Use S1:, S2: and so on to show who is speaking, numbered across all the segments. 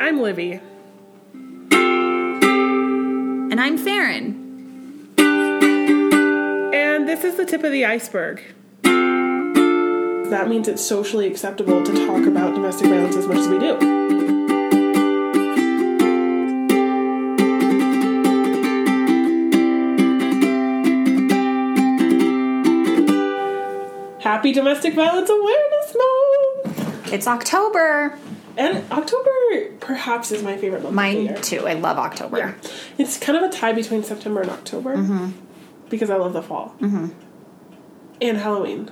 S1: I'm Livy.
S2: And I'm Farron.
S1: And this is the tip of the iceberg. That means it's socially acceptable to talk about domestic violence as much as we do. Happy Domestic Violence Awareness Month!
S2: It's October.
S1: And October perhaps is my favorite month. of the
S2: Mine
S1: year.
S2: too. I love October.
S1: Yeah. It's kind of a tie between September and October
S2: Mm-hmm.
S1: because I love the fall and Halloween.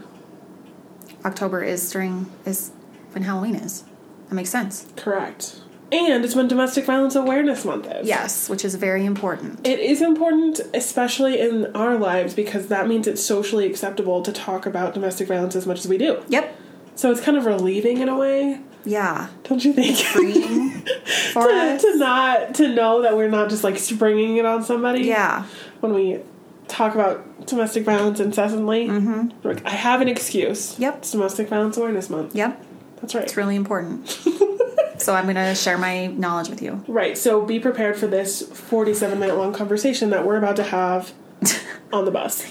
S2: October is during is when Halloween is. That makes sense.
S1: Correct. And it's when Domestic Violence Awareness Month is.
S2: Yes, which is very important.
S1: It is important, especially in our lives, because that means it's socially acceptable to talk about domestic violence as much as we do.
S2: Yep.
S1: So it's kind of relieving in a way,
S2: Yeah.
S1: don't you think?
S2: Freeing for
S1: to,
S2: us.
S1: to not to know that we're not just like springing it on somebody.
S2: Yeah.
S1: When we talk about domestic violence incessantly, mm-hmm. like I have an excuse.
S2: Yep.
S1: It's Domestic Violence Awareness Month.
S2: Yep.
S1: That's right.
S2: It's really important. so I'm gonna share my knowledge with you.
S1: Right. So be prepared for this 47 minute long conversation that we're about to have on the bus.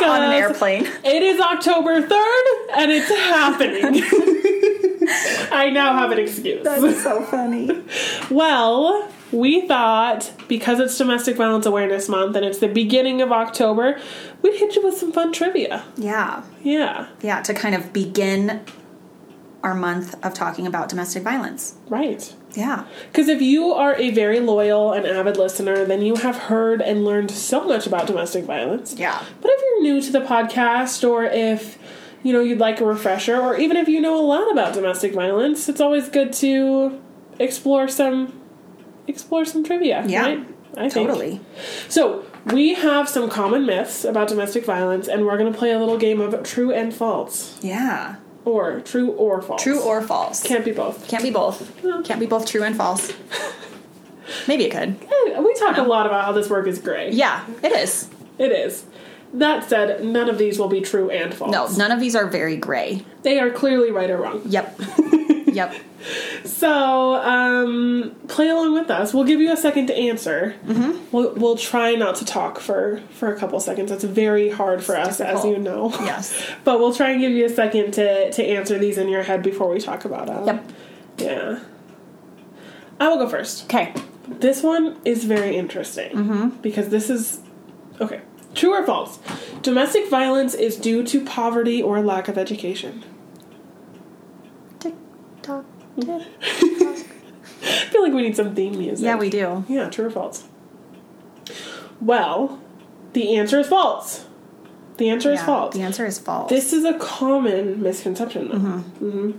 S1: Yeah.
S2: On an airplane.
S1: It is October 3rd and it's happening. I now have an excuse.
S2: so funny.
S1: Well, we thought because it's Domestic Violence Awareness Month and it's the beginning of October, we'd hit you with some fun trivia.
S2: Yeah.
S1: Yeah,
S2: Yeah, to kind of begin our month of talking about domestic violence.
S1: right.
S2: Yeah.
S1: Because if you are a very loyal and avid listener, then you have heard and learned so much about domestic violence.
S2: Yeah.
S1: But if you're new to the podcast or if you know you'd like a refresher or even if you know a lot about domestic violence, it's always good to explore some explore some trivia,
S2: Yeah,
S1: right? I think.
S2: Totally.
S1: So, we have some common myths about domestic violence and we're going to play a little game of true and false
S2: Yeah.
S1: or true or false.
S2: True or false?
S1: can't be both.
S2: Can't be both.
S1: No.
S2: Can't be both true and false. Maybe it could.
S1: Eh, We talk a lot about how this work is gray.
S2: Yeah, it is.
S1: It is. That said, none of these will be true and false.
S2: No, none of these are very gray.
S1: They are clearly right or wrong.
S2: Yep. yep.
S1: So, um, play along with us. We'll give you a second to answer. Mm-hmm. We'll, we'll try not to talk for, for a couple seconds. It's very hard for us, as
S2: difficult.
S1: you know.
S2: Yes.
S1: But we'll try and give you a second to, to answer these in your head before we talk about them.
S2: Yep.
S1: Yeah. I will go first.
S2: Okay.
S1: This one is very interesting
S2: Mm-hmm.
S1: because this is okay. True or false? Domestic violence is due to poverty or lack of education.
S2: Tick tock. tick.
S1: I feel like we need some theme music.
S2: Yeah, we do.
S1: Yeah, true or false? Well, the answer is false. The answer is
S2: Yeah,
S1: false.
S2: The answer is false.
S1: This is a common misconception, though. Mhm.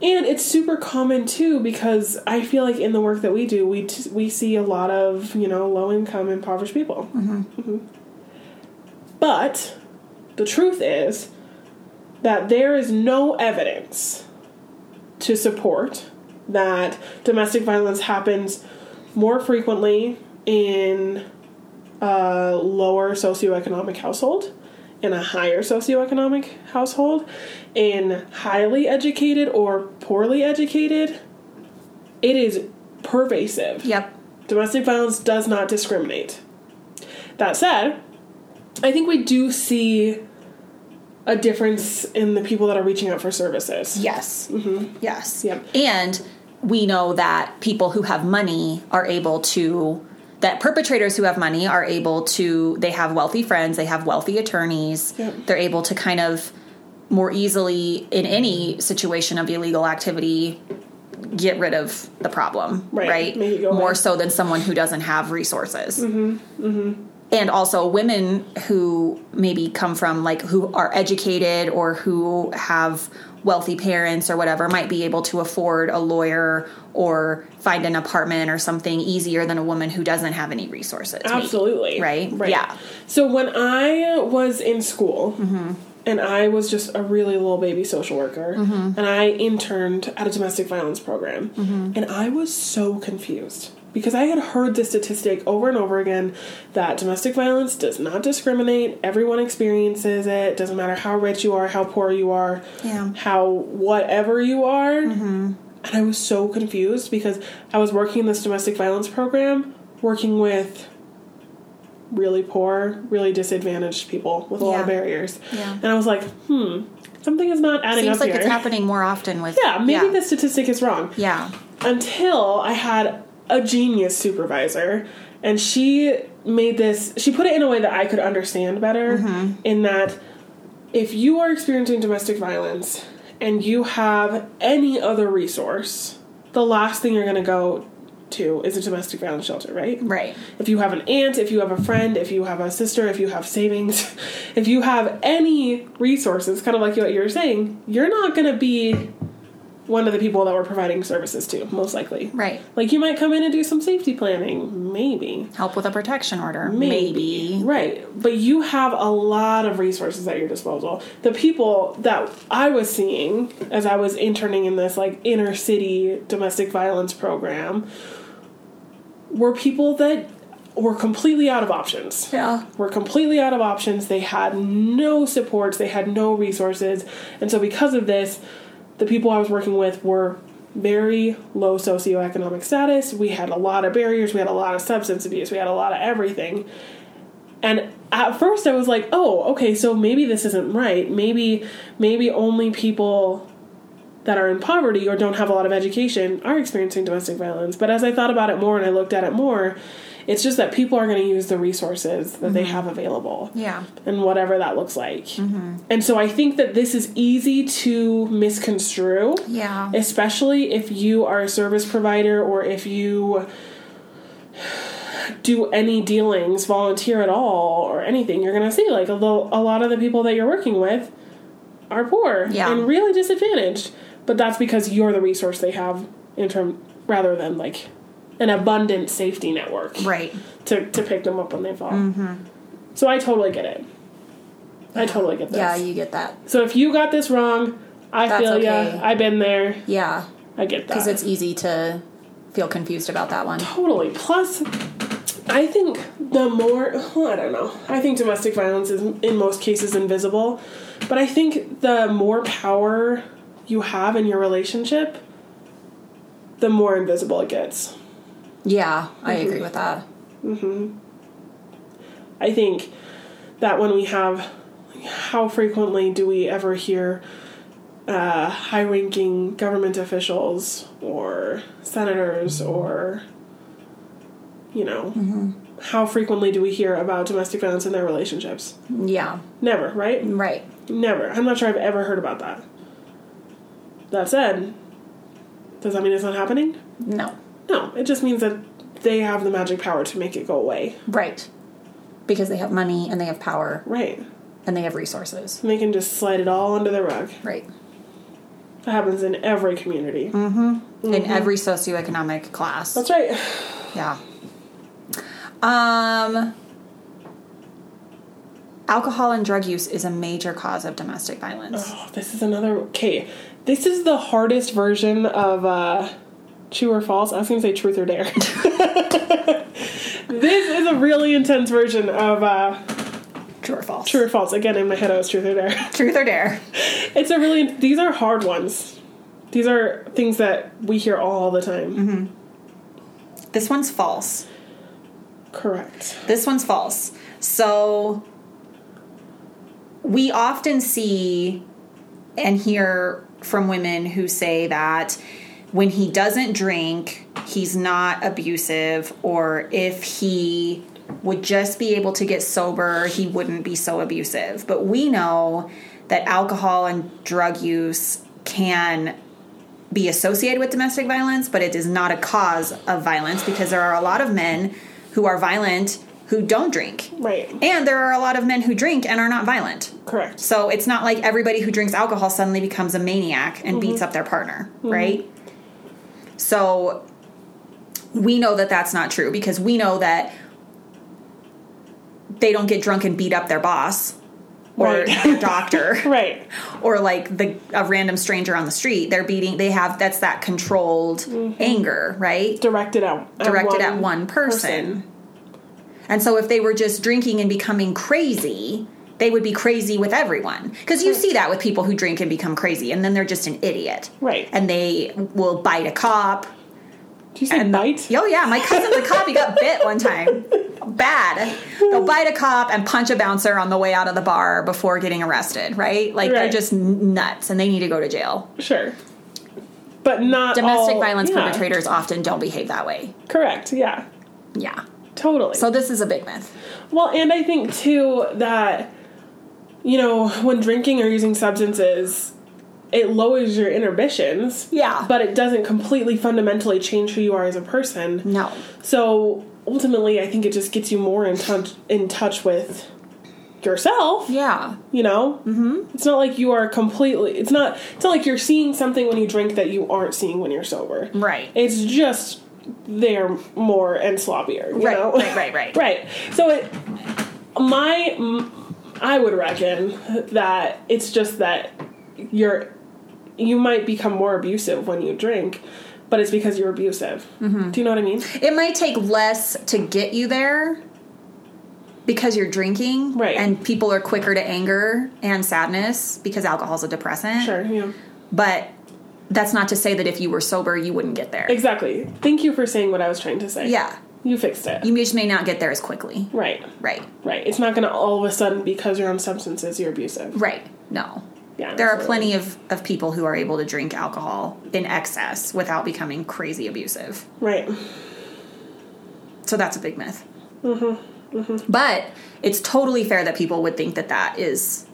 S1: And it's super common too because I feel like in the work that we do, we t- we see a lot of you know low income impoverished people. Mhm. But the truth is that there is no evidence to support that domestic violence happens more frequently in a lower socioeconomic household, in a higher socioeconomic household, in highly educated or poorly educated. It is pervasive.
S2: Yep.
S1: Domestic violence does not discriminate. That said, I think we do see a difference in the people that are reaching out for services.
S2: Yes.
S1: Mm-hmm.
S2: Yes.
S1: Yep.
S2: And we know that people who have money are able to that perpetrators who have money are able to they have wealthy friends, they have wealthy attorneys.
S1: Yep.
S2: They're able to kind of more easily in any situation of illegal activity get rid of the problem,
S1: Right.
S2: right?
S1: Make it go
S2: More
S1: away.
S2: so than someone who doesn't have resources and also women who maybe come from like who are educated or who have wealthy parents or whatever might be able to afford a lawyer or find an apartment or something easier than a woman who doesn't have any resources. maybe.
S1: Absolutely.
S2: Right?
S1: Right.
S2: Yeah. Mm-hmm.
S1: So when I was in school and I was just a really little baby social worker
S2: Mm-hmm.
S1: and I interned at a domestic violence program and I was so confused because I had heard this statistic over and over again that domestic violence does not discriminate. Everyone experiences it. Doesn't matter how rich you are, how poor you are,
S2: Yeah. Mm-hmm.
S1: how whatever you are. and I was so confused because I was working in this domestic violence program, working with really poor, really disadvantaged people with a lot of
S2: Yeah.
S1: barriers.
S2: Yeah.
S1: And I was like, hmm, something is not adding
S2: Seems
S1: up
S2: like
S1: here.
S2: it's happening more often with
S1: yeah, maybe the statistic is wrong
S2: Yeah.
S1: until I had a genius supervisor, and she made this. She put it in a way that I could understand better. In that, if you are experiencing domestic violence and you have any other resource, the last thing you're going to go to is a domestic violence shelter, right?
S2: Right.
S1: If you have an aunt, if you have a friend, if you have a sister, if you have savings, if you have any resources, kind of like what you were saying, you're not going to be one of the people that we're providing services to, most likely.
S2: Right.
S1: Like you might come in and do some safety planning, maybe.
S2: Help with a protection order.
S1: Maybe. Right. But you have a lot of resources at your disposal. The people that I was seeing as I was interning in this like inner city domestic violence program were people that were completely out of options
S2: Yeah.
S1: were completely out of options. They had no supports, they had no resources. And so, because of this, the people I was working with were very low socioeconomic status. We had a lot of barriers, we had a lot of substance abuse, we had a lot of everything. And at first I was like, "Oh, okay, so maybe this isn't right. Maybe maybe only people that are in poverty or don't have a lot of education are experiencing domestic violence. But as I thought about it more and I looked at it more, it's just that people are going to use the resources that they have available
S2: Yeah.
S1: and whatever that looks like. And so I think that this is easy to misconstrue,
S2: Yeah.
S1: especially if you are a service provider or if you do any dealings, volunteer at all, or anything. You're going to see like a, lo- a lot of the people that you're working with are poor
S2: Yeah.
S1: and really disadvantaged, but that's because you're the resource they have in term rather than like an abundant safety network
S2: right. Mm-hmm.
S1: to, to pick them up when they fall. So I totally get it. I totally get this.
S2: Yeah, you get that.
S1: so if you got this wrong, I
S2: That's
S1: feel
S2: okay.
S1: ya. I've been there.
S2: Yeah.
S1: I get that.
S2: Because it's easy to feel confused about that one.
S1: totally. Plus, I think the more well, I don't know. I think domestic violence is in most cases invisible, but I think the more power you have in your relationship, the more invisible it gets.
S2: Yeah, I agree with that.
S1: I think that when we have, how frequently do we ever hear uh, high ranking government officials or senators or, you know, how frequently do we hear about domestic violence in their relationships?
S2: Yeah.
S1: Never, right?
S2: Right.
S1: Never. I'm not sure I've ever heard about that. That said, does that mean it's not happening?
S2: No.
S1: No, it just means that they have the magic power to make it go away.
S2: Right. Because they have money and they have power
S1: Right.
S2: and they have resources.
S1: And they can just slide it all under the rug.
S2: Right.
S1: That happens in every community.
S2: Mm. In every socioeconomic class.
S1: Mm-hmm. That's right.
S2: Yeah. Um alcohol and drug use is a major cause of domestic violence.
S1: Oh, this is another. Okay, this is the hardest version of uh, true or false. I was going to say truth or dare. this is a really intense version of uh,
S2: True or false?
S1: true or false. Again, in my head, I was truth or dare.
S2: Truth or dare.
S1: it's a really. These are hard ones. These are things that we hear all the time.
S2: Mm-hmm. This one's false.
S1: Correct.
S2: This one's false. So we often see and hear from women who say that when he doesn't drink, he's not abusive, or if he would just be able to get sober, he wouldn't be so abusive. But we know that alcohol and drug use can be associated with domestic violence, but it is not a cause of violence because there are a lot of men who are violent who don't drink.
S1: Right.
S2: And there are a lot of men who drink and are not violent.
S1: Correct.
S2: So it's not like everybody who drinks alcohol suddenly becomes a maniac and beats up their partner, right? So we know that that's not true because we know that they don't get drunk and beat up their boss or
S1: Right.
S2: their doctor
S1: Right.
S2: or like the a random stranger on the street they're beating they have that's that controlled anger right
S1: Directed out.
S2: directed at one person. and so if they were just drinking and becoming crazy they would be crazy with everyone because you see that with people who drink and become crazy and then they're just an idiot
S1: Right.
S2: and they will bite a cop
S1: Do you say bite?
S2: Yo, yeah, my cousin's a cop. He got bit one time. Bad. They'll bite a cop and punch a bouncer on the way out of the bar before getting arrested, right? Like they're
S1: Right.
S2: just n- nuts and they need to go to jail.
S1: Sure. But not
S2: Domestic
S1: all-
S2: violence
S1: Oh, yeah.
S2: perpetrators often don't behave that way.
S1: Correct. Yeah.
S2: Yeah.
S1: Totally.
S2: So this is a big myth.
S1: Well, and I think too that you know when drinking or using substances, it lowers your inhibitions.
S2: Yeah.
S1: But it doesn't completely fundamentally change who you are as a person.
S2: No.
S1: So ultimately, I think it just gets you more in touch in touch with yourself.
S2: Yeah.
S1: You know, mm-hmm. it's not like you are completely. It's not. It's not like you're seeing something when you drink that you aren't seeing when you're sober.
S2: Right.
S1: It's just they're more and sloppier. You
S2: Right,
S1: know?
S2: right, right, right.
S1: right. So it, my, m- I would reckon that it's just that you're, you might become more abusive when you drink, but it's because you're abusive.
S2: Mm-hmm.
S1: Do you know what I mean?
S2: It might take less to get you there because you're drinking
S1: Right.
S2: and people are quicker to anger and sadness because alcohol's a depressant.
S1: Sure. Yeah.
S2: But that's not to say that if you were sober, you wouldn't get there.
S1: Exactly. Thank you for saying what I was trying to say.
S2: Yeah.
S1: You fixed it.
S2: You just may not get there as quickly.
S1: right.
S2: Right.
S1: Right. It's not going to all of a sudden because you're on substances you're abusive.
S2: Right. No.
S1: Yeah.
S2: There are
S1: absolutely.
S2: plenty of, of people who are able to drink alcohol in excess without becoming crazy abusive.
S1: Right.
S2: So that's a big myth. Mm-hmm. But it's totally fair that people would think that that is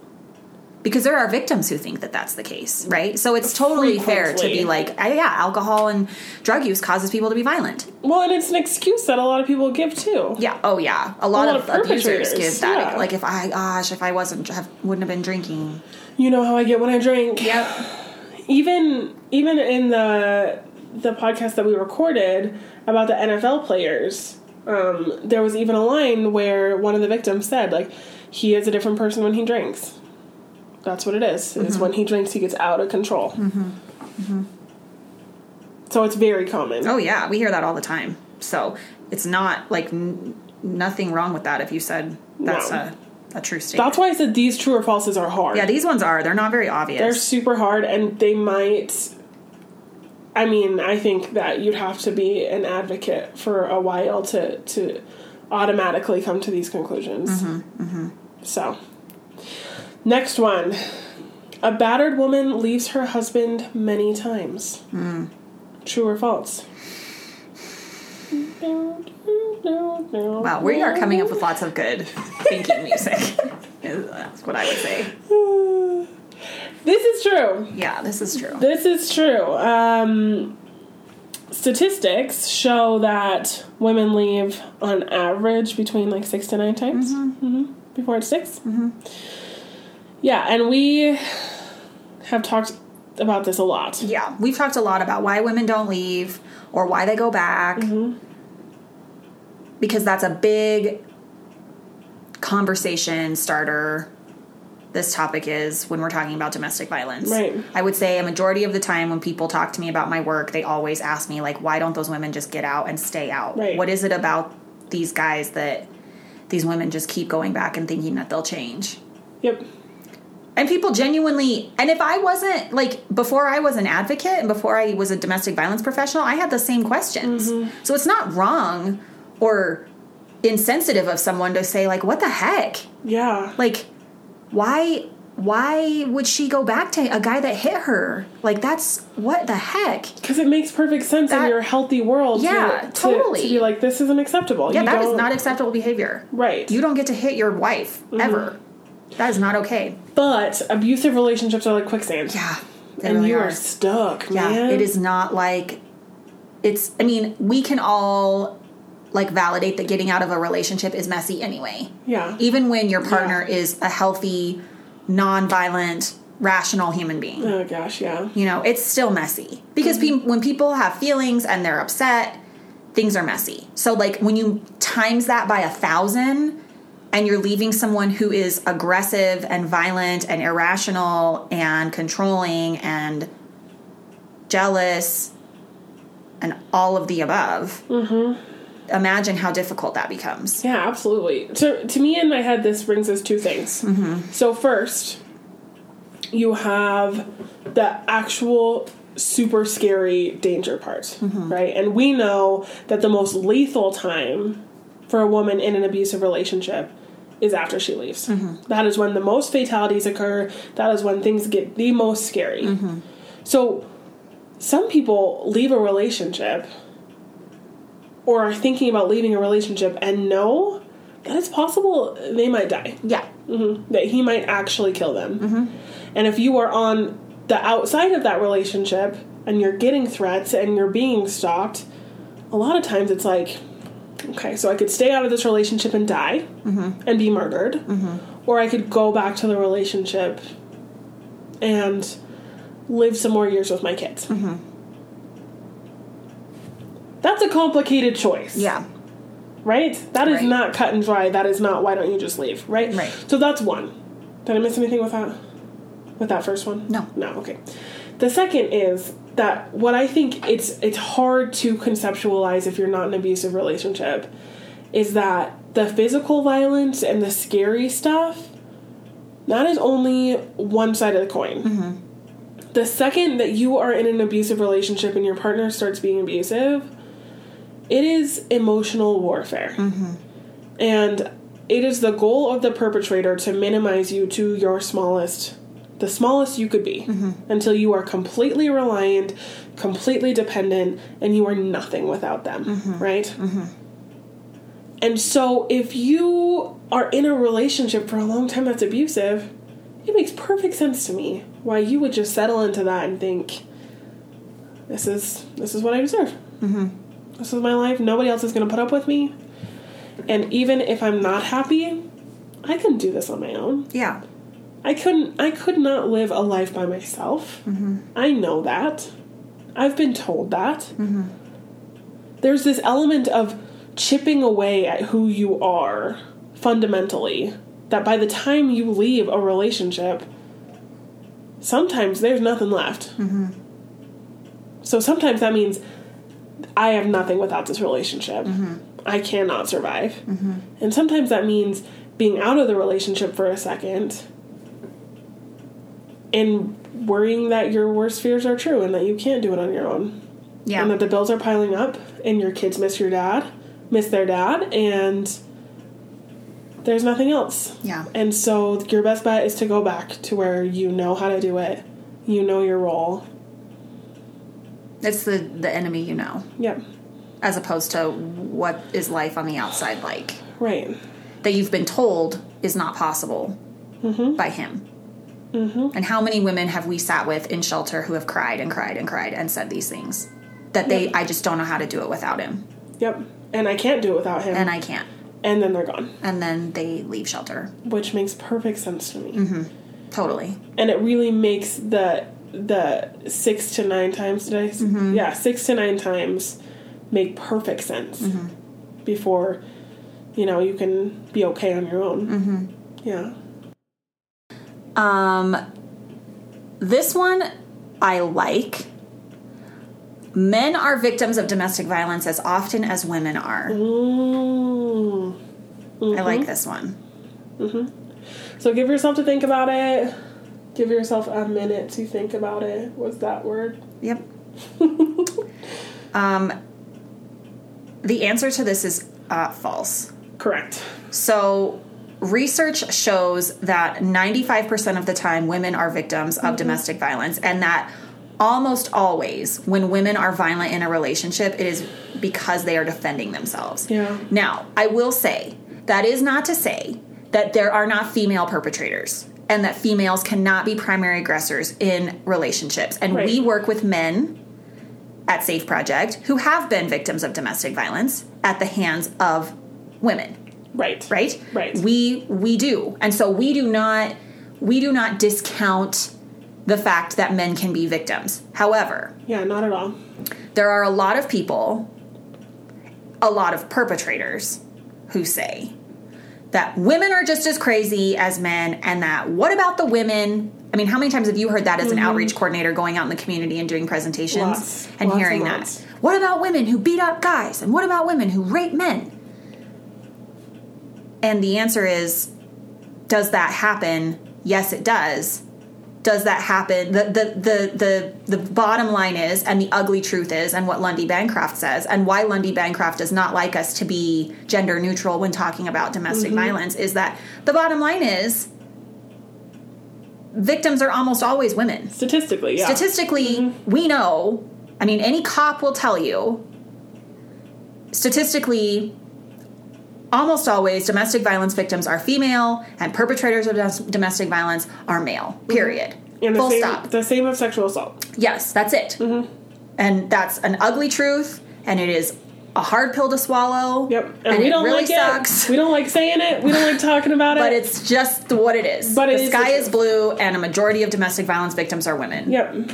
S2: because there are victims who think that that's the case, right? So it's totally fair to be
S1: Frequently.
S2: like, "Ah, yeah, alcohol and drug use causes people to be violent.
S1: Well, and it's an excuse that a lot of people give too.
S2: Yeah. Oh, yeah. A lot,
S1: lot
S2: of,
S1: of
S2: abusers
S1: perpetrators,
S2: give that.
S1: yeah.
S2: Like, if I, gosh, if I wasn't, have, wouldn't have been drinking.
S1: You know how I get when I drink.
S2: Yep.
S1: Even even in the the podcast that we recorded about the NFL players, um, there was even a line where one of the victims said, like, he is a different person when he drinks. That's what it is,
S2: Mm-hmm.
S1: is when he drinks he gets out of control. So it's very common.
S2: Oh, yeah. We hear that all the time. So it's not like n- nothing wrong with that if you said that's
S1: No.
S2: a, a true statement.
S1: That's why I said these true or falses are hard.
S2: yeah, these ones are. They're not very
S1: they're
S2: obvious.
S1: super hard and they might i mean i think that you'd have to be an advocate for a while to to automatically come to these conclusions
S2: Mm-hmm,
S1: so next one a battered woman leaves her husband many times
S2: Hmm.
S1: true or false
S2: Wow, we are coming up with lots of good thinking music. uh, That's what I would say.
S1: this is true
S2: Yeah, this is true.
S1: This is true. Um, statistics show that women leave on average between like six to nine times
S2: Mm-hmm.
S1: Mhm. before it's 6 Yeah, and we have talked about this a lot.
S2: Yeah, we've talked a lot about why women don't leave or why they go back.
S1: Mm-hmm.
S2: Because that's a big conversation starter. This topic is when we're talking about domestic violence.
S1: Right.
S2: I would say a majority of the time when people talk to me about my work, they always ask me, like, why don't those women just get out and stay out?
S1: Right.
S2: What is it about these guys that these women just keep going back and thinking that they'll change?
S1: Yep.
S2: And people genuinely, and if I wasn't, like, before I was an advocate and before I was a domestic violence professional, I had the same questions. So it's not wrong or insensitive of someone to say, like, what the heck?
S1: Yeah.
S2: Like, why. Why would she go back to a guy that hit her? Like that's what the heck?
S1: Because it makes perfect sense
S2: That-
S1: in your healthy world to-
S2: Yeah,
S1: to,
S2: totally.
S1: to be like, this isn't acceptable.
S2: Yeah,
S1: You
S2: that is
S1: don't-
S2: not acceptable behavior.
S1: Right.
S2: You don't get to hit your wife ever. That is not okay.
S1: but abusive relationships are like quicksand.
S2: Yeah. they
S1: And
S2: really
S1: you are stuck,
S2: Yeah,
S1: man.
S2: it is not like it's. I mean, we can all like validate that getting out of a relationship is messy anyway.
S1: Yeah.
S2: Even when your partner is a healthy, non-violent, rational human being,
S1: Oh gosh, yeah.
S2: you know, it's still messy because peop when people have feelings and they're upset, things are messy. So like when you times that by a thousand. And you're leaving someone who is aggressive and violent and irrational and controlling and jealous and all of the above imagine how difficult that becomes.
S1: Yeah, absolutely. To to me in my head, this brings us two things. So first, you have the actual super scary danger part, right? And we know that the most lethal time for a woman in an abusive relationship is after she leaves. That is when the most fatalities occur. That is when things get the most scary. So some people leave a relationship or are thinking about leaving a relationship and know that it's possible they might die,
S2: Yeah.
S1: hmm that he might actually kill them. And if you are on the outside of that relationship and you're getting threats and you're being stalked, a lot of times it's like, okay, so I could stay out of this relationship and die and be murdered, or I could go back to the relationship and live some more years with my kids. That's a complicated choice
S2: Yeah.
S1: right? That is
S2: Right.
S1: not cut and dry. That is not why don't you just leave, right?
S2: Right.
S1: So that's one. Did I miss anything with that? With that first one?
S2: No.
S1: No. Okay. The second is that what I think it's it's hard to conceptualize if you're not in an abusive relationship is that the physical violence and the scary stuff that is only one side of the coin. The second that you are in an abusive relationship and your partner starts being abusive, it is emotional warfare. And it is the goal of the perpetrator to minimize you to your smallest, the smallest you could be, until you are completely reliant, completely dependent, and you are nothing without them, right? And so if you are in a relationship for a long time that's abusive, it makes perfect sense to me why you would just settle into that and think, this is this is what I deserve. Mm-hmm. This is my life. Nobody else is going to put up with me. And even if I'm not happy, I can do this on my own.
S2: Yeah.
S1: I couldn't. I could not live a life by myself. I know that. I've been told that. There's this element of chipping away at who you are fundamentally. That by the time you leave a relationship, sometimes there's nothing left. So sometimes that means I have nothing without this relationship. I cannot survive. And sometimes that means being out of the relationship for a second and worrying that your worst fears are true and that you can't do it on your own and
S2: Yeah.
S1: that the bills are piling up and your kids miss your dad miss their dad and there's nothing else
S2: Yeah.
S1: and so your best bet is to go back to where you know how to do it you know your role
S2: It's the the enemy you know,
S1: yep
S2: as opposed to what is life on the outside like
S1: right
S2: that you've been told is not possible by him. And how many women have we sat with in shelter who have cried and cried and cried and said these things that they I just don't know how to do it without him
S1: yep and i can't do it without him
S2: and I can't.
S1: and then they're gone
S2: And then they leave shelter.
S1: which makes perfect sense to me
S2: Totally.
S1: and it really makes the the six to nine times did I s-
S2: Mm-hmm.
S1: yeah six to nine times make perfect sense
S2: Mm-hmm.
S1: before you know you can be okay on your own mm-hmm. yeah
S2: Um, this one I like. Men are victims of domestic violence as often as women are.
S1: mm.
S2: I like this one.
S1: so give yourself to think about it give yourself a minute to think about it was that word
S2: Yep. um, the answer to this is uh, false.
S1: correct
S2: So, research shows that 95% of the time women are victims
S1: Mm-hmm.
S2: of domestic violence, and that almost always when women are violent in a relationship, it is because they are defending themselves.
S1: Yeah.
S2: Now, I will say that is not to say that there are not female perpetrators and that females cannot be primary aggressors in relationships. And
S1: Right.
S2: we work with men at Safe Project who have been victims of domestic violence at the hands of women
S1: right
S2: right
S1: Right.
S2: we we do and so we do not we do not discount the fact that men can be victims however
S1: yeah not at all
S2: there are a lot of people a lot of perpetrators who say that women are just as crazy as men and that what about the women I mean, how many times have you heard that as an outreach coordinator going out in the community and doing presentations
S1: Mm-hmm. Lots.
S2: and
S1: Lots
S2: hearing
S1: and
S2: that?
S1: lots.
S2: What about women who beat up guys? And what about women who rape men? And the answer is does that happen? Yes, it does. Does that happen? The, the, the, the, the bottom line is, and the ugly truth is, and what Lundy Bancroft says, and why Lundy Bancroft does not like us to be gender neutral when talking about domestic violence is that the bottom line is victims are almost always women
S1: Statistically, yeah.
S2: statistically we know i mean any cop will tell you statistically almost always domestic violence victims are female and perpetrators of domes- domestic violence are male period
S1: Mm-hmm. and the
S2: full
S1: same, Mm-hmm.
S2: stop
S1: The same of sexual assault.
S2: yes that's it and that's an ugly truth and it is a hard pill to swallow
S1: Yep.
S2: and, it really
S1: like
S2: sucks
S1: it. We don't like saying it. We don't like talking about
S2: but
S1: it.
S2: it's just what it is
S1: But it
S2: the
S1: is the
S2: sky is
S1: truth.
S2: blue and a majority of domestic violence victims are women
S1: Yep.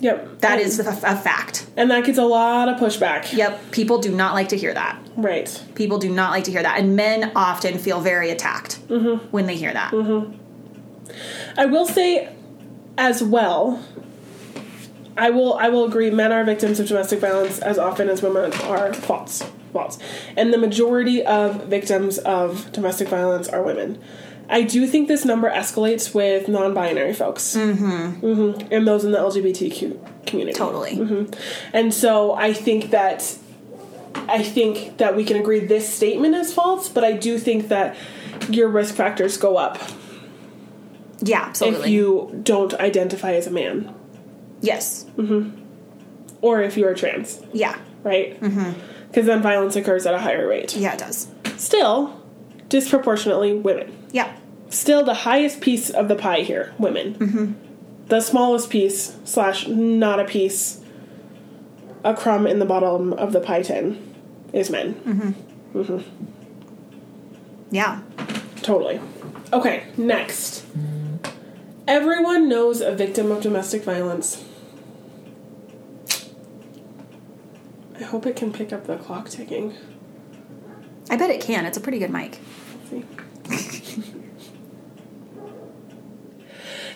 S1: Yep.
S2: that
S1: and,
S2: is a, a fact
S1: And that gets a lot of pushback.
S2: Yep, people do not like to hear that.
S1: Right.
S2: People do not like to hear that. And men often feel very attacked when they hear that.
S1: I will say as well I will I will agree men are victims of domestic violence as often as women are false. False. And the majority of victims of domestic violence are women. I do think this number escalates with non-binary folks. Mm-hmm. Mm-hmm. And those in the LGBTQ community.
S2: Totally.
S1: And so I think that I think that we can agree this statement is false, but I do think that your risk factors go up
S2: Yeah,
S1: if
S2: absolutely.
S1: you don't identify as a man
S2: yes.
S1: or if you are trans,
S2: Yeah.
S1: right? Because then violence occurs at a higher rate.
S2: Yeah, it does.
S1: Still, disproportionately women.
S2: Yeah.
S1: Still, the highest piece of the pie here, women. The smallest piece slash not a piece, a crumb in the bottom of the pie tin, is men.
S2: Yeah.
S1: Totally. Okay, next. Everyone knows a victim of domestic violence. I hope it can pick up the clock ticking.
S2: I bet it can. It's a pretty good mic.
S1: Let's see.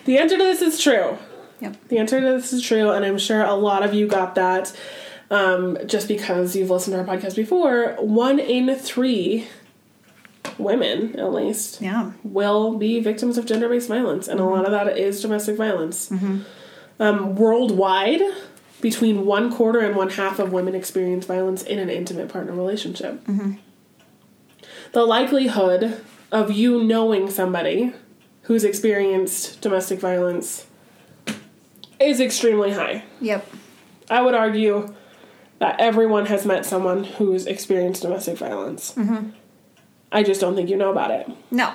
S1: the answer to this is true.
S2: Yep.
S1: The answer to this is true, and I'm sure a lot of you got that um, just because you've listened to our podcast before. One in three women, at least,
S2: Yeah.
S1: will be victims of gender based violence, and a lot of that is domestic violence. Um, worldwide, between one quarter and one half of women experience violence in an intimate partner relationship. The likelihood of you knowing somebody who's experienced domestic violence is extremely high.
S2: Yep.
S1: I would argue that everyone has met someone who's experienced domestic violence. I just don't think you know about it.
S2: No.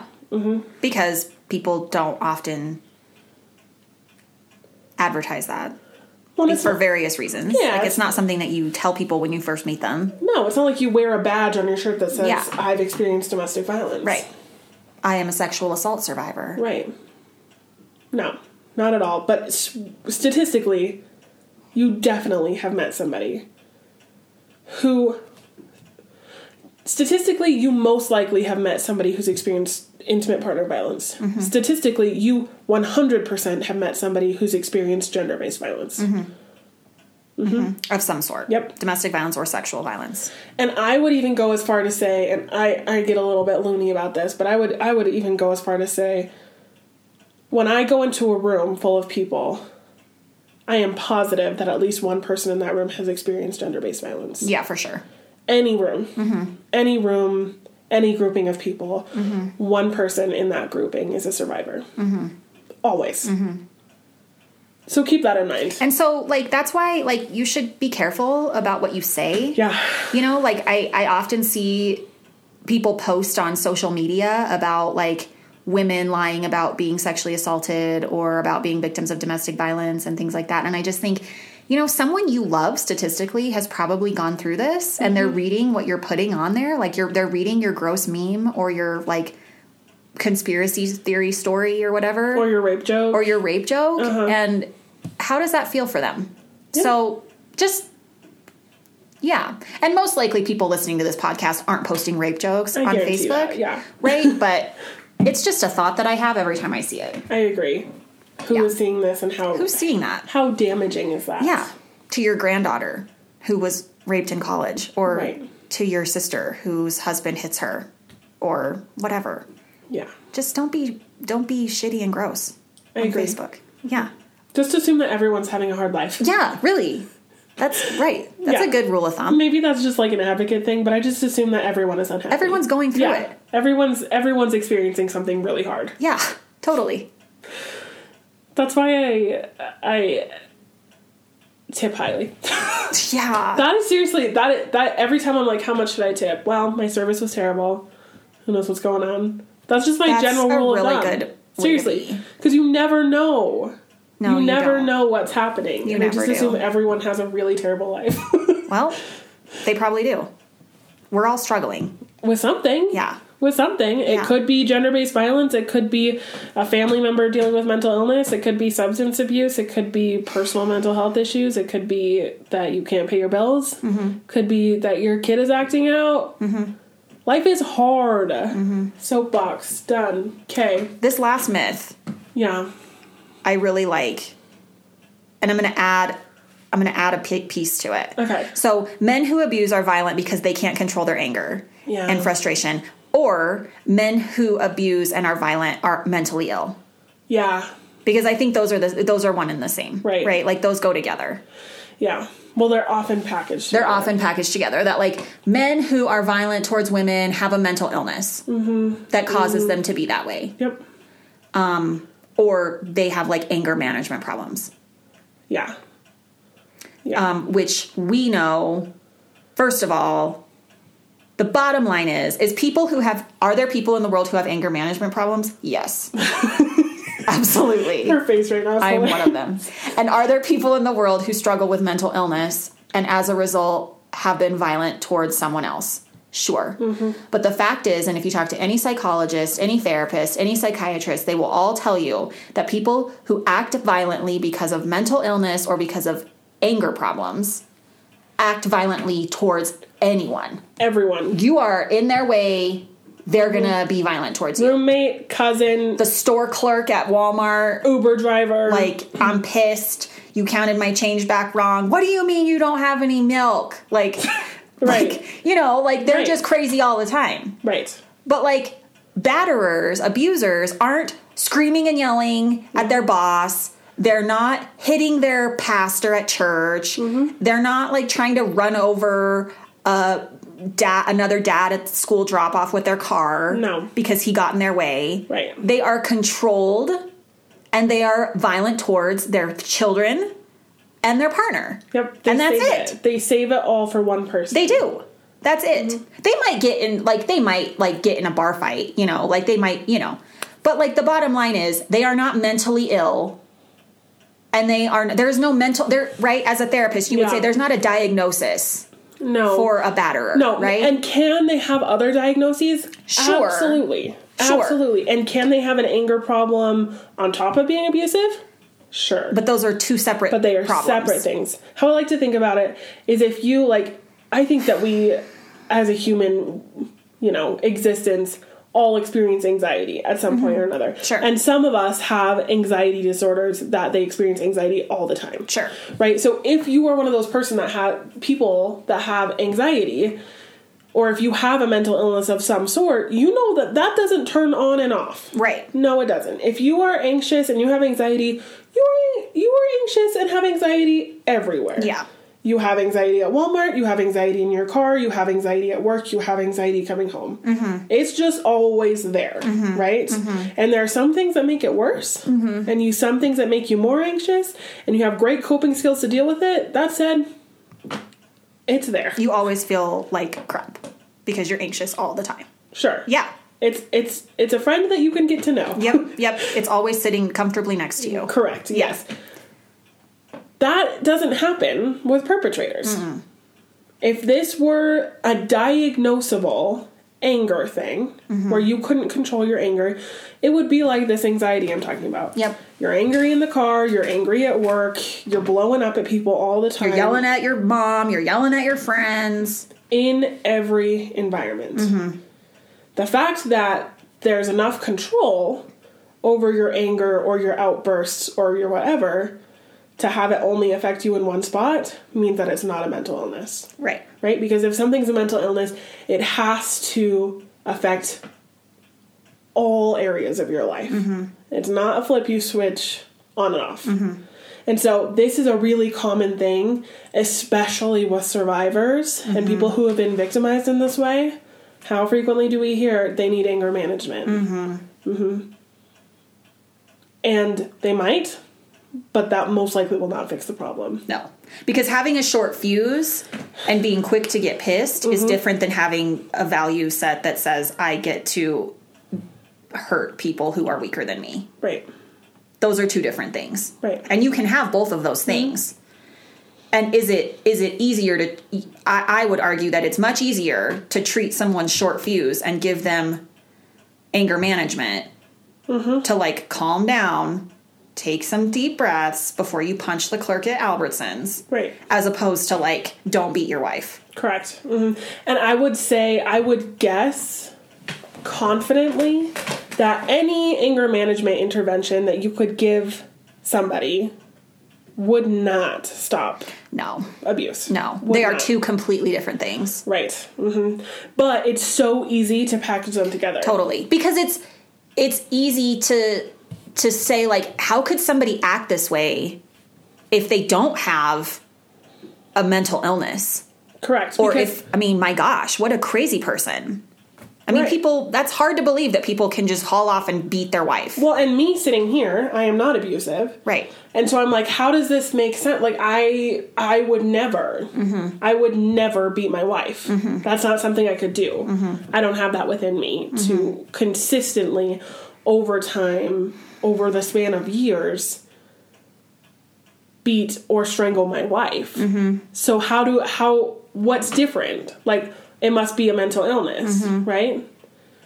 S2: Because people don't often advertise that
S1: Well, it's
S2: for various reasons.
S1: Yeah,
S2: Like,
S1: it's-
S2: it's not something that you tell people when you first meet them.
S1: No, it's not like you wear a badge on your shirt that says
S2: Yeah.
S1: "I've experienced domestic violence."
S2: Right. I am a sexual assault survivor.
S1: Right. No, not at all. But s- statistically, you definitely have met somebody who. Statistically, you most likely have met somebody who's experienced intimate partner violence.
S2: Mm-hmm.
S1: Statistically, you 100% have met somebody who's experienced gender based violence.
S2: Of some sort.
S1: Yep.
S2: Domestic violence or sexual violence.
S1: And I would even go as far to say, and I, I get a little bit loony about this, but I would I would even go as far to say when I go into a room full of people, I am positive that at least one person in that room has experienced gender based violence.
S2: Yeah, for sure.
S1: Any room.
S2: Mm-hmm.
S1: Any room, any grouping of people,
S2: Mm-hmm.
S1: one person in that grouping is a survivor. Always. So keep that in mind.
S2: Mm-hmm. And so, like, that's why, like, you should be careful about what you say.
S1: yeah.
S2: You know, like, I, I often see people post on social media about, like, women lying about being sexually assaulted or about being victims of domestic violence and things like that. And I just think, you know, someone you love statistically has probably gone through this and
S1: Mm-hmm.
S2: they're reading what you're putting on there. Like, you're, they're reading your gross meme or your, like, conspiracy theory story or whatever
S1: Or your rape joke.
S2: or your rape joke
S1: Uh-huh.
S2: and how does that feel for them so just yeah and most likely people listening to this podcast aren't posting rape jokes on
S1: guarantee
S2: facebook
S1: that, yeah.
S2: right but it's just a thought that i have every time i see it
S1: I agree. Who is
S2: Yeah.
S1: seeing this and how
S2: Who's seeing that?
S1: how damaging is that?
S2: Yeah. To your granddaughter who was raped in college, or
S1: Right.
S2: to your sister whose husband hits her, or whatever.
S1: Yeah.
S2: Just don't be don't be shitty and gross
S1: I
S2: on
S1: agree.
S2: Facebook. Yeah.
S1: Just assume that everyone's having a hard life.
S2: Yeah, really. That's right. That's
S1: Yeah.
S2: a good rule of thumb.
S1: Maybe that's just like an advocate thing, but I just assume that everyone is unhappy.
S2: Everyone's going through
S1: yeah.
S2: it.
S1: Everyone's everyone's experiencing something really hard.
S2: Yeah, totally.
S1: That's why I I tip highly.
S2: Yeah.
S1: that is seriously that that every time I'm like, how much should I tip? Well, my service was terrible. Who knows what's going on? That's just my
S2: That's
S1: general
S2: a
S1: rule
S2: really
S1: of thumb.
S2: good way to
S1: seriously,
S2: be.
S1: because you never know.
S2: no,
S1: you, never
S2: don't.
S1: know what's happening.
S2: You
S1: and
S2: never
S1: I just
S2: do.
S1: assume everyone has a really terrible life
S2: Well, they probably do. We're all struggling.
S1: with something.
S2: Yeah.
S1: With something. It
S2: Yeah.
S1: could be gender based violence. It could be a family member dealing with mental illness. It could be substance abuse. It could be personal mental health issues. It could be that you can't pay your bills.
S2: Mm-hmm.
S1: Could be that your kid is acting out. Life is hard.
S2: Mm-hmm.
S1: Soapbox. Done. Okay.
S2: This last myth
S1: Yeah.
S2: I really like, and I'm going to add. I'm going to add a pi- piece to it.
S1: Okay.
S2: So, men who abuse are violent because they can't control their anger
S1: Yeah.
S2: and frustration, or men who abuse and are violent are mentally ill.
S1: Yeah.
S2: Because I think those are the those are one and the same,
S1: Right.
S2: Right? Like those go together.
S1: Yeah. Well, they're often packaged.
S2: they're
S1: together.
S2: often packaged together that like men who are violent towards women have a mental illness that causes them to be that way
S1: Yep.
S2: or they have like anger management problems
S1: Yeah. Yeah.
S2: um, which we know first of all the bottom line is is people who have are there people in the world who have anger management problems yes absolutely
S1: her face right now. is
S2: I'm
S1: like-
S2: one of them. And are there people in the world who struggle with mental illness and as a result have been violent towards someone else? Sure. But the fact is, and if you talk to any psychologist, any therapist, any psychiatrist, they will all tell you that people who act violently because of mental illness or because of anger problems act violently towards anyone.
S1: Everyone.
S2: You are in their way, they're gonna be violent towards you.
S1: Roommate, cousin,
S2: The store clerk at Walmart,
S1: Uber driver.
S2: like i'm pissed you counted my change back wrong what do you mean you don't have any milk like
S1: Right.
S2: like you know like they're
S1: Right.
S2: just crazy all the time
S1: right.
S2: but like batterers abusers aren't screaming and yelling at their boss they're not hitting their pastor at church
S1: Mm-hmm.
S2: they're not like trying to run over a dad another dad at school drop off with their car
S1: No.
S2: because he got in their way
S1: Right.
S2: they are controlled and they are violent towards their children and their partner.
S1: Yep.
S2: and that's
S1: save
S2: it.
S1: They save it all for one person.
S2: They do. That's it.
S1: Mm-hmm.
S2: They might get in like they might like get in a bar fight, you know, like they might, you know. But like the bottom line is they are not mentally ill. And they are there is no mental there right as a therapist you would
S1: Yeah.
S2: say there's not a diagnosis
S1: no.
S2: for a batterer,
S1: no.
S2: right?
S1: And can they have other diagnoses?
S2: Sure.
S1: Absolutely.
S2: Sure.
S1: Absolutely. And can they have an anger problem on top of being abusive? Sure.
S2: but those are two separate
S1: but they are
S2: problems.
S1: separate things. How I like to think about it is if you like, I think that we, as a human, you know, existence, all experience anxiety at some point or another.
S2: Mm-hmm. Sure.
S1: And some of us have anxiety disorders that they experience anxiety all the time.
S2: Sure.
S1: Right. So if you are one of those person that have people that have anxiety. Or if you have a mental illness of some sort, you know that that doesn't turn on and off.
S2: Right.
S1: No, it doesn't. If you are anxious and you have anxiety, you are you are anxious and have anxiety everywhere.
S2: Yeah.
S1: You have anxiety at Walmart. You have anxiety in your car. You have anxiety at work. You have anxiety coming home.
S2: Mm-hmm.
S1: It's just always there, right? And there are some things that make it worse,
S2: Mm-hmm.
S1: and you some things that make you more anxious, and you have great coping skills to deal with it. That said, it's there.
S2: You always feel like crap because you're anxious all the time.
S1: Sure.
S2: Yeah.
S1: It's it's it's a friend that you can get to know.
S2: Yep, yep. It's always sitting comfortably next to you.
S1: Correct. Yes. That doesn't happen with perpetrators.
S2: Mm-hmm.
S1: If this were a diagnosable anger thing
S2: Mm-hmm.
S1: where you couldn't control your anger, it would be like this anxiety I'm talking about.
S2: Yep.
S1: You're angry in the car, you're angry at work, you're blowing up at people all the time.
S2: You're yelling at your mom, you're yelling at your friends.
S1: in every environment. The fact that there's enough control over your anger or your outbursts or your whatever to have it only affect you in one spot means that it's not a mental illness,
S2: Right.
S1: right? Because if something's a mental illness, it has to affect all areas of your life. It's not a flip you switch on and off. And so this is a really common thing, especially with survivors and people who have been victimized in this way. How frequently do we hear they need anger management? Mm-hmm. Mm-hmm. And they might, but that most likely will not fix the problem.
S2: No. Because having a short fuse and being quick to get pissed is different than having a value set that says I get to hurt people who are weaker than me.
S1: Right.
S2: Those are two different things.
S1: Right.
S2: And you can have both of those things. And is it is it easier to I, I would argue that it's much easier to treat someone's short fuse and give them anger management to like calm down, take some deep breaths before you punch the clerk at Albertsons
S1: Right.
S2: as opposed to like don't beat your wife.
S1: Correct. hmm And I would say, I would guess confidently that any anger management intervention that you could give somebody would not stop
S2: No,
S1: abuse.
S2: no,
S1: Would
S2: they are
S1: not.
S2: two completely different things.
S1: Right. hmm But it's so easy to package them together.
S2: Totally, because it's it's easy to to say like how could somebody act this way if they don't have a mental illness
S1: Correct.
S2: or
S1: because-
S2: if I mean my gosh, what a crazy person. I mean,
S1: Right.
S2: people, that's hard to believe that people can just haul off and beat their wife.
S1: Well, and me sitting here, I am not abusive.
S2: right.
S1: And so I'm like, how does this make sense? Like, I I would never, I would never beat my wife. That's not something I could do. I don't have that within me to consistently, over time, over the span of years, beat or strangle my wife. So how do how what's different? Like, it must be a mental illness, right?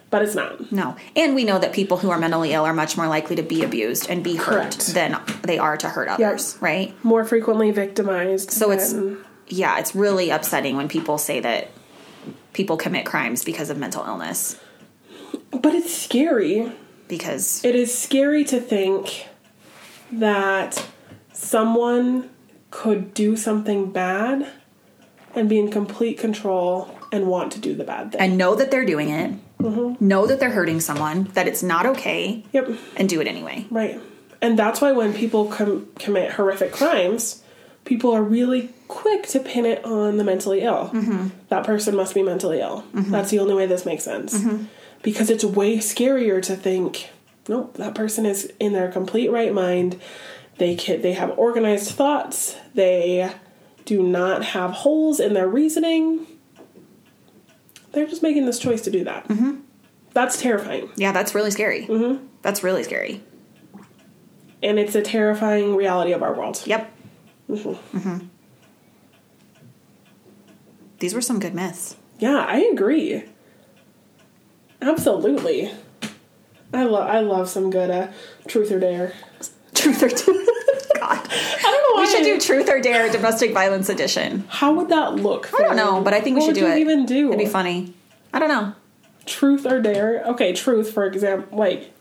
S1: But it's not.
S2: No. And we know that people who are mentally ill are much more likely to be abused and be hurt
S1: Correct.
S2: than they are to hurt others, right?
S1: More frequently victimized.
S2: So it's
S1: than-
S2: yeah, it's really upsetting when people say that people commit crimes because of mental illness
S1: but it's scary.
S2: because
S1: It is scary to think that someone could do something bad and be in complete control and want to do the bad thing.
S2: and know that they're doing it. Know that they're hurting someone, that it's not okay,
S1: yep,
S2: and do it anyway.
S1: right. And that's why when people com- commit horrific crimes, people are really quick to pin it on the mentally ill. That person must be mentally ill. That's the only way this makes sense. Because it's way scarier to think, nope, that person is in their complete right mind. They can, they have organized thoughts. They do not have holes in their reasoning. They're just making this choice to do that. That's terrifying.
S2: Yeah, that's really scary. That's really scary.
S1: and it's a terrifying reality of our world.
S2: Yep. Mhm. These were some good myths.
S1: Yeah, I agree. Absolutely. I love I love some good uh, truth or dare.
S2: Truth or dare? God.
S1: I don't know why.
S2: We should do
S1: I-
S2: Truth or Dare Domestic Violence Edition.
S1: How would that look?
S2: I don't know, but I think
S1: what
S2: we should
S1: would you
S2: do it.
S1: Even do
S2: It'd be funny. I don't know.
S1: Truth or dare? Okay, truth for example. Like,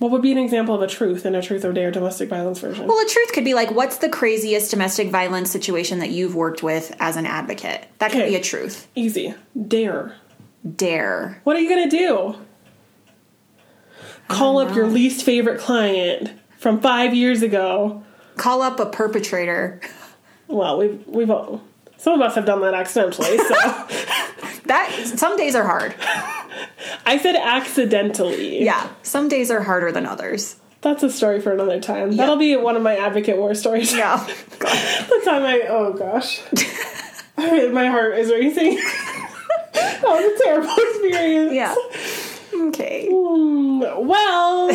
S1: what would be an example of a truth in a truth or dare domestic violence version?
S2: Well, the truth could be like, what's the craziest domestic violence situation that you've worked with as an advocate? That could
S1: Okay.
S2: be a truth.
S1: Easy. Dare.
S2: Dare.
S1: What are you gonna do? Call up your least favorite client from five years ago.
S2: Call up a perpetrator.
S1: Well, we've we've all some of us have done that accidentally. So
S2: That some days are hard.
S1: I said accidentally.
S2: Yeah, some days are harder than others.
S1: that's a story for another time. That'll be one of my advocate war stories.
S2: Yeah.
S1: the time I oh gosh, I- my heart is racing. that was a terrible experience.
S2: Yeah. Okay.
S1: Mm, Well,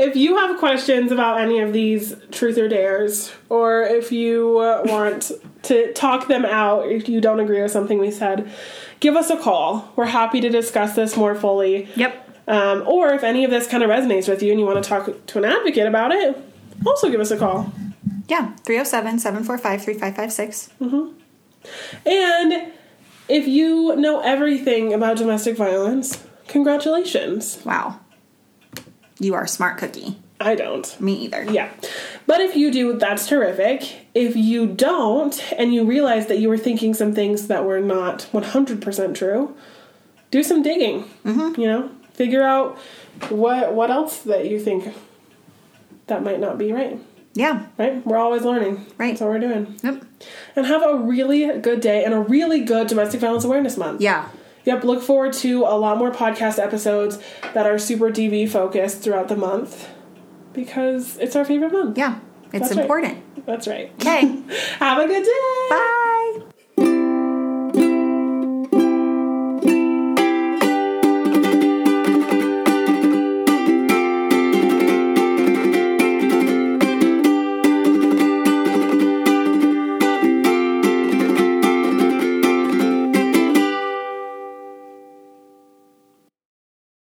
S1: if you have questions about any of these truth or dares, or if you uh, want to talk them out, if you don't agree with something we said, give us a call. We're happy to discuss this more fully.
S2: Yep.
S1: Um, or if any of this kind of resonates with you and you want to talk to an advocate about it, also give us a call.
S2: Yeah. 307 745 3556.
S1: And if you know everything about domestic violence, congratulations.
S2: Wow. You are a smart cookie.
S1: I don't.
S2: Me either.
S1: Yeah. But if you do, that's terrific. If you don't, and you realize that you were thinking some things that were not 100% true, do some digging. You know, figure out what what else that you think that might not be right.
S2: Yeah.
S1: Right? We're always learning.
S2: Right.
S1: That's what we're doing.
S2: Yep.
S1: And have a really good day and a really good Domestic Violence Awareness Month.
S2: Yeah.
S1: Yep, look forward to a lot more podcast episodes that are super DV focused throughout the month because it's our favorite month.
S2: Yeah. It's
S1: That's right.
S2: important.
S1: That's right.
S2: Okay.
S1: Have a good day.
S2: Bye.